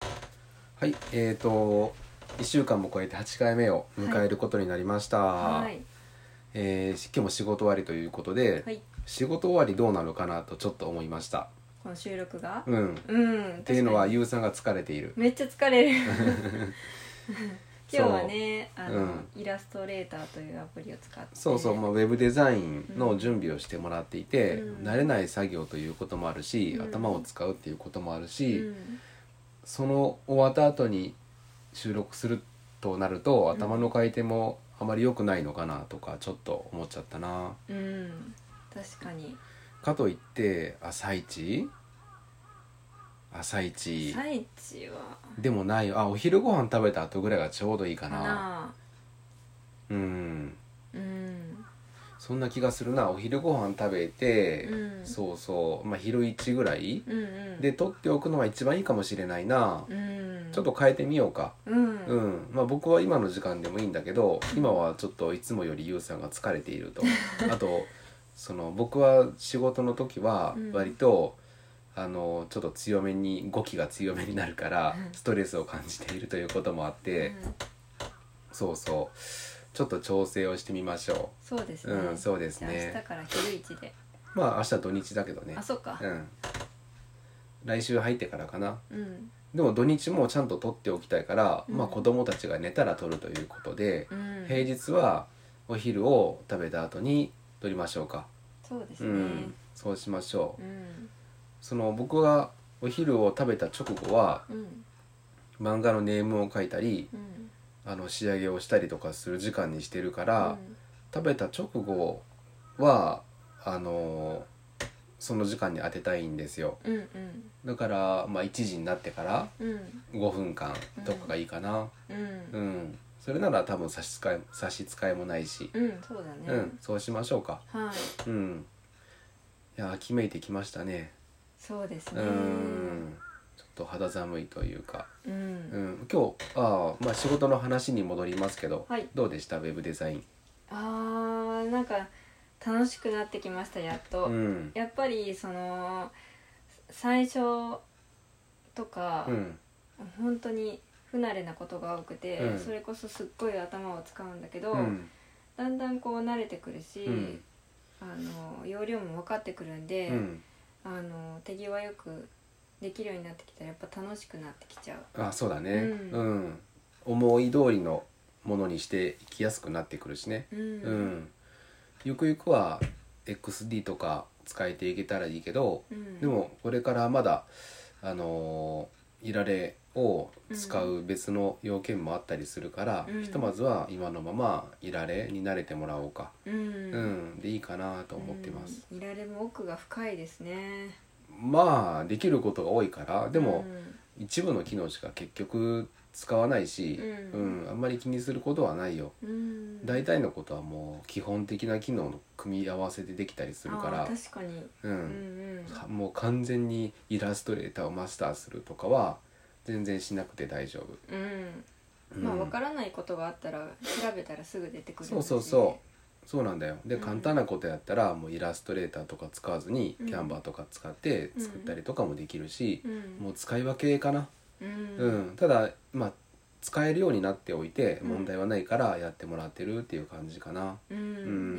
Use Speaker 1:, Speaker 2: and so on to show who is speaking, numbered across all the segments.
Speaker 1: はい、えっ、と1週間も超えて8回目を迎えることになりました、
Speaker 2: はい。
Speaker 1: えー今日も仕事終わりということで、
Speaker 2: はい。
Speaker 1: 仕事終わりどうなのかなとちょっと思いました
Speaker 2: この収録が。
Speaker 1: うんっ
Speaker 2: うん。って
Speaker 1: いうのはゆうさんが疲れている
Speaker 2: めっちゃ疲れる。
Speaker 1: そう
Speaker 2: 今日はね、あの、
Speaker 1: うん
Speaker 2: イラストレーターというアプリを使って。
Speaker 1: そうそう、まあ、ウェブデザインの準備をしてもらっていて、
Speaker 2: うん
Speaker 1: 慣れない作業ということもあるし、
Speaker 2: うん
Speaker 1: 頭を使うっていうこともある
Speaker 2: う
Speaker 1: し、
Speaker 2: ん。
Speaker 1: その終わった後に収録するとなると頭の回転もあまり良くないのかなとかちょっと思っちゃったな
Speaker 2: うん。確かに。
Speaker 1: かといって朝一朝一
Speaker 2: 最地は。
Speaker 1: でもないあお昼ご飯食べた後ぐらいがちょうどいいか
Speaker 2: か
Speaker 1: な
Speaker 2: な。
Speaker 1: うん
Speaker 2: うん。
Speaker 1: そんな気がするなお昼ご飯食べて、
Speaker 2: うん
Speaker 1: そうそうまあ昼一ぐらい
Speaker 2: うん。うん。
Speaker 1: で。取っておくのが一番いいかもしれないな、
Speaker 2: うん。
Speaker 1: ちょっ。と変えてみようか
Speaker 2: うん。
Speaker 1: う。んまあ、僕は今の時間でもいいんだけど今はちょっといつもよりゆうさんが疲れている とあとその僕は仕事の時は
Speaker 2: うん
Speaker 1: 割と、あのちょっと強めに語気が強めになるから
Speaker 2: うん
Speaker 1: ストレスを感じているということもあって、
Speaker 2: うん
Speaker 1: そうそうちょっと調整をしてみましょ
Speaker 2: そうです
Speaker 1: う、
Speaker 2: ね。
Speaker 1: うんそうです
Speaker 2: じゃあ明
Speaker 1: ね
Speaker 2: 日から昼一で。
Speaker 1: まあ明日土日だけどね
Speaker 2: あ、そうか
Speaker 1: う。ん来週入ってからかな
Speaker 2: うん。
Speaker 1: でも土日もちゃんと取っておきたいから、
Speaker 2: うん
Speaker 1: まあ子供たちが寝たら取るということで、
Speaker 2: うん。
Speaker 1: 平日はお昼を食べた後に撮りましょうか、
Speaker 2: そうです
Speaker 1: う
Speaker 2: ね
Speaker 1: ん。、そうしましょう、
Speaker 2: うん。
Speaker 1: その僕がお昼を食べた直後は
Speaker 2: うん。
Speaker 1: 漫画のネームを書いたり
Speaker 2: うん。
Speaker 1: あの仕上げをしたりとかする時間にしてるから、
Speaker 2: うん
Speaker 1: 食べた直後はあのーその時間に当てたいんですよ
Speaker 2: うんうん
Speaker 1: だから、まあ、1時になってから
Speaker 2: うん
Speaker 1: 5分間とかがいいかな
Speaker 2: うん
Speaker 1: うん、それなら多分差し支え差し支えもないし、
Speaker 2: うんそうだね、
Speaker 1: うん、そうしましょうか
Speaker 2: はい
Speaker 1: うん。いや、秋めいてきましたね。
Speaker 2: そうです
Speaker 1: う
Speaker 2: ね
Speaker 1: ん。ちょっと肌寒いというか。
Speaker 2: うん、
Speaker 1: うん、今日、ああ、まあ、仕事の話に戻りますけど。
Speaker 2: はい
Speaker 1: どうでした、ウェブデザイン。
Speaker 2: あーなんか楽しくなってきましたやっと、
Speaker 1: うん。
Speaker 2: やっぱりその最初とか、
Speaker 1: うん。
Speaker 2: 本当に不慣れなことが多くて、
Speaker 1: うん
Speaker 2: それこそすっごい頭を使うんだけど、
Speaker 1: うん。
Speaker 2: だんだんこう慣れてくるし、
Speaker 1: うん
Speaker 2: あの容量も分かってくるんで、
Speaker 1: うん。
Speaker 2: あの手際よくできるようになってきたらやっぱ楽しくなってきちゃう
Speaker 1: あ、そうだね。う。
Speaker 2: うん
Speaker 1: 思い通りのものにしていきやすくなってくるしね。
Speaker 2: うん
Speaker 1: うん。ゆくゆくは XD とか使えていけたらいいけど、
Speaker 2: うん
Speaker 1: でもこれからまだあのーいられを使う別の要件もあったりするから、
Speaker 2: うん
Speaker 1: ひとまずは今のままいられに慣れてもらおうか、
Speaker 2: う
Speaker 1: うんんでいいかなと思ってます、、
Speaker 2: うんいられも奥が深いですね
Speaker 1: まあできることが多いからでも
Speaker 2: うん
Speaker 1: 一部の機能しか結局使わないし、
Speaker 2: うん
Speaker 1: あんまり気にすることはないよ
Speaker 2: うん
Speaker 1: 大体のことはもう基本的な機能の組み合わせでできたりするか
Speaker 2: あ
Speaker 1: ら
Speaker 2: ー確かに
Speaker 1: う
Speaker 2: うん
Speaker 1: ん
Speaker 2: うん
Speaker 1: もう完全にイラストレーターをマスターするとかは全然しなくて大丈夫、
Speaker 2: うん
Speaker 1: うん
Speaker 2: まあわからないことがあったら調べたらすぐ出てくるん
Speaker 1: そう
Speaker 2: ですね
Speaker 1: そうそうそうなんだよで
Speaker 2: うん
Speaker 1: 簡単なことやったらもうイラストレーターとか使わずに
Speaker 2: うん
Speaker 1: キャンバーとか使って作ったりとかもできるし、
Speaker 2: うん
Speaker 1: もう使い分けかな、
Speaker 2: うん
Speaker 1: うんただまあ使えるようになっておいて
Speaker 2: うん
Speaker 1: 問題はないからやってもらってるっていう感じかな、
Speaker 2: うん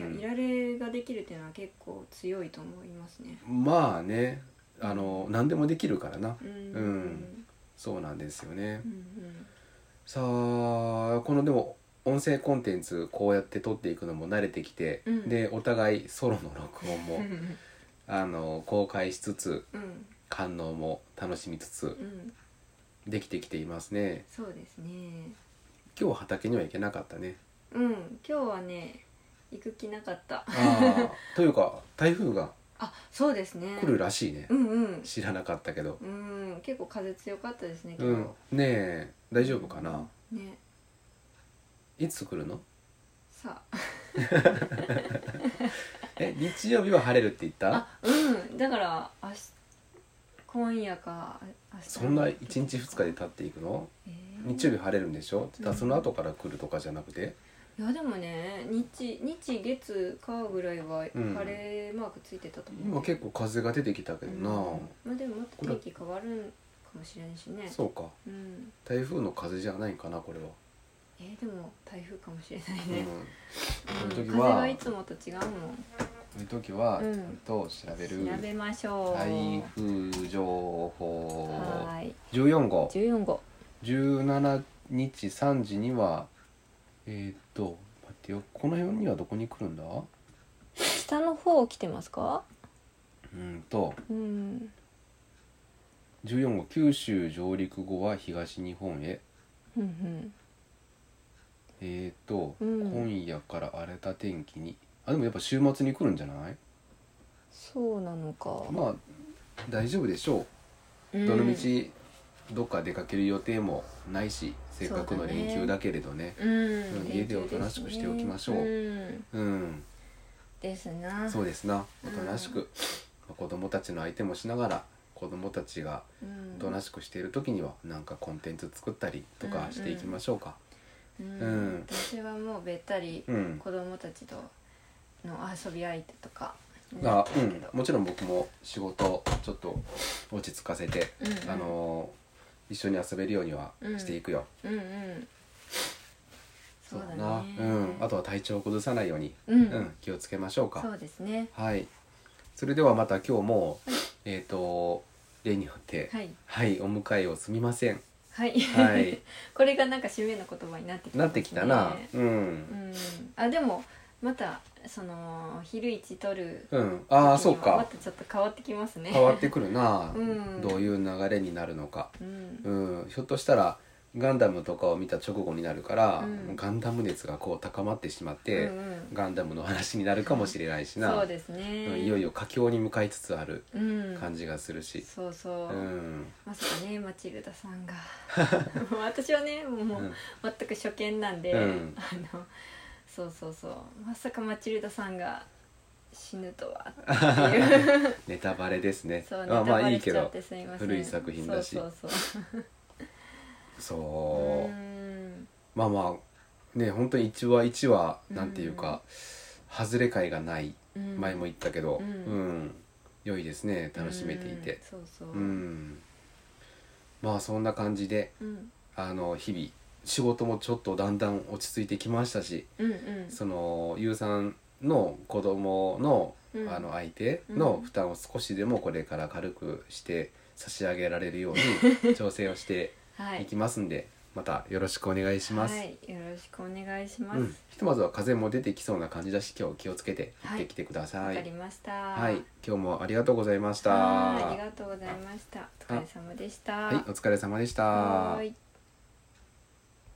Speaker 1: うん
Speaker 2: いやいられができるっていうのは結構強いと思いますね
Speaker 1: まあねあの何でもできるからな
Speaker 2: うんうん
Speaker 1: うんそうなんですよね、
Speaker 2: うん
Speaker 1: さあこのでも音声コンテンツこうやって撮っていくのも慣れてきて、
Speaker 2: うん
Speaker 1: でお互いソロの録音
Speaker 2: う
Speaker 1: も
Speaker 2: ん
Speaker 1: あの公開しつつ
Speaker 2: うん
Speaker 1: 感能も楽しみつつ
Speaker 2: うん
Speaker 1: できてきていますね
Speaker 2: そうですね
Speaker 1: 今日畑には行けなかったね
Speaker 2: うん今日はね行く気なかった
Speaker 1: ああというか台風が
Speaker 2: あそうですね
Speaker 1: 来るらしいね
Speaker 2: うんうん
Speaker 1: 知らなかったけど
Speaker 2: うん結構風強かったですね
Speaker 1: う
Speaker 2: 今日、
Speaker 1: んねえ大丈夫かな
Speaker 2: ね
Speaker 1: いつ来るの
Speaker 2: さあ
Speaker 1: え日曜日は晴れるって言った
Speaker 2: あうんだから明日今夜か明日
Speaker 1: そんな1日2日で経っていくの
Speaker 2: えー
Speaker 1: 日曜日晴れるんでしょって言ったら
Speaker 2: うん
Speaker 1: その後から来るとかじゃなくて
Speaker 2: いやでもね日日月火ぐらいは
Speaker 1: うん
Speaker 2: 晴れマークついてたと思う、
Speaker 1: 今結構風が出てきたけどな、
Speaker 2: うんまあでもまた天気変わるんもしれないしね
Speaker 1: そうか
Speaker 2: うん
Speaker 1: 台風の風じゃないかなこれは、
Speaker 2: えーでも台風かもしれない
Speaker 1: うん
Speaker 2: ね、うん
Speaker 1: その時
Speaker 2: 風
Speaker 1: は
Speaker 2: がいつもと違う
Speaker 1: そういう時は、
Speaker 2: うん
Speaker 1: ちゃんと調べる
Speaker 2: もん調べましょう
Speaker 1: 台風情報
Speaker 2: はーい
Speaker 1: 14号
Speaker 2: 14号
Speaker 1: 17日3時にはえー、っと待ってよこの辺にはどこに来るんだう
Speaker 2: 下の方来てますか
Speaker 1: んと
Speaker 2: うん
Speaker 1: 14号九州上陸後は東日本へ
Speaker 2: うんうん
Speaker 1: えー、っと、
Speaker 2: うん
Speaker 1: 今夜から荒れた天気にあでもやっぱ週末に来るんじゃない
Speaker 2: そうなのか
Speaker 1: まあ大丈夫でしょ
Speaker 2: ど
Speaker 1: うどの道どっか出かける予定もないしせっかくの連休だけれどね
Speaker 2: うん、
Speaker 1: 家でおとなしくしておきましょう
Speaker 2: うん、
Speaker 1: うん
Speaker 2: ですな
Speaker 1: そうですな
Speaker 2: う
Speaker 1: お
Speaker 2: ん
Speaker 1: となしく、まあ子供たちの相手もしながら子供たちが
Speaker 2: うん
Speaker 1: おとなしくしている時にはなんかコンテンツ作ったりとかしていきましょうか
Speaker 2: うん
Speaker 1: うん
Speaker 2: 私はもうべったり
Speaker 1: うん、
Speaker 2: 子供たちとの遊び相手とか
Speaker 1: が、うん、もちろん僕も仕事ちょっと落ち着かせて、
Speaker 2: うんうん
Speaker 1: あのー一緒に遊べるようにはしていくよ、
Speaker 2: うんうんそうだね
Speaker 1: うん、あとは体調を崩さないように、
Speaker 2: うん
Speaker 1: うん、気をつけましょう
Speaker 2: そ
Speaker 1: か
Speaker 2: うですね
Speaker 1: はいそれではまた今日も、えっ、と例によって
Speaker 2: はい
Speaker 1: はい、お迎えをすみま せん
Speaker 2: はい、
Speaker 1: はい
Speaker 2: これがなんか締めの言葉になってき
Speaker 1: なってきたな、
Speaker 2: ね
Speaker 1: う
Speaker 2: うんんあでもまたその昼一取る
Speaker 1: うんああ
Speaker 2: 時
Speaker 1: そ
Speaker 2: には
Speaker 1: う
Speaker 2: ま
Speaker 1: か
Speaker 2: たちょっと変わってきますね
Speaker 1: 変わってくるな、
Speaker 2: うん
Speaker 1: どういう流れになるのか、
Speaker 2: うん
Speaker 1: うん、ひょっとしたらガンダムとかを見た直後になるから、
Speaker 2: うん
Speaker 1: ガンダム熱がこう高まってしまって、
Speaker 2: うんうん
Speaker 1: ガンダムの話になるかもしれないしな
Speaker 2: そうです
Speaker 1: う
Speaker 2: ね
Speaker 1: んいよいよ佳境に向かいつつある
Speaker 2: うん
Speaker 1: 感じがするし、
Speaker 2: そうそう、
Speaker 1: うん
Speaker 2: まさかねマチルダ さんがもう私はねもう、
Speaker 1: うん
Speaker 2: 全く初見なんで、
Speaker 1: うん
Speaker 2: あのそうそうそうまさかマチルダさんが死ぬとはっ ていう
Speaker 1: ネタバレですね
Speaker 2: そうネ
Speaker 1: ま
Speaker 2: タ
Speaker 1: あま
Speaker 2: バ
Speaker 1: あい
Speaker 2: レ
Speaker 1: い
Speaker 2: し
Speaker 1: け
Speaker 2: ちゃっ
Speaker 1: ど
Speaker 2: てすいません
Speaker 1: 古い作品だし
Speaker 2: そうそうそう
Speaker 1: そう
Speaker 2: う、ん
Speaker 1: まあまあね本当に一話一話
Speaker 2: うん
Speaker 1: なんていうか、外れ感がない
Speaker 2: うん
Speaker 1: 前も言ったけど、
Speaker 2: うん
Speaker 1: うん良いですね楽しめていて
Speaker 2: うんそうそう
Speaker 1: うん、まあそんな感じで
Speaker 2: うん
Speaker 1: あの日々仕事もちょっとだんだん落ち着いてきましたし
Speaker 2: うんうん
Speaker 1: そのゆうさんの子供の、
Speaker 2: うん
Speaker 1: あの相手の負担を少しでもこれから軽くして差し上げられるよう に調整をして
Speaker 2: はい
Speaker 1: いきますんで、またよろしくお願いします。
Speaker 2: はいよろしくお願いします、
Speaker 1: うん、ひとまずは風も出てきそうな感じだし今日気をつけて行
Speaker 2: は
Speaker 1: っ
Speaker 2: い
Speaker 1: てきてくだ
Speaker 2: わ、
Speaker 1: さい。
Speaker 2: かりました
Speaker 1: はい、今日もありがとうございました。
Speaker 2: はいありがとうございましたお疲れ様でした
Speaker 1: はい、お疲れ様でした。
Speaker 2: ーい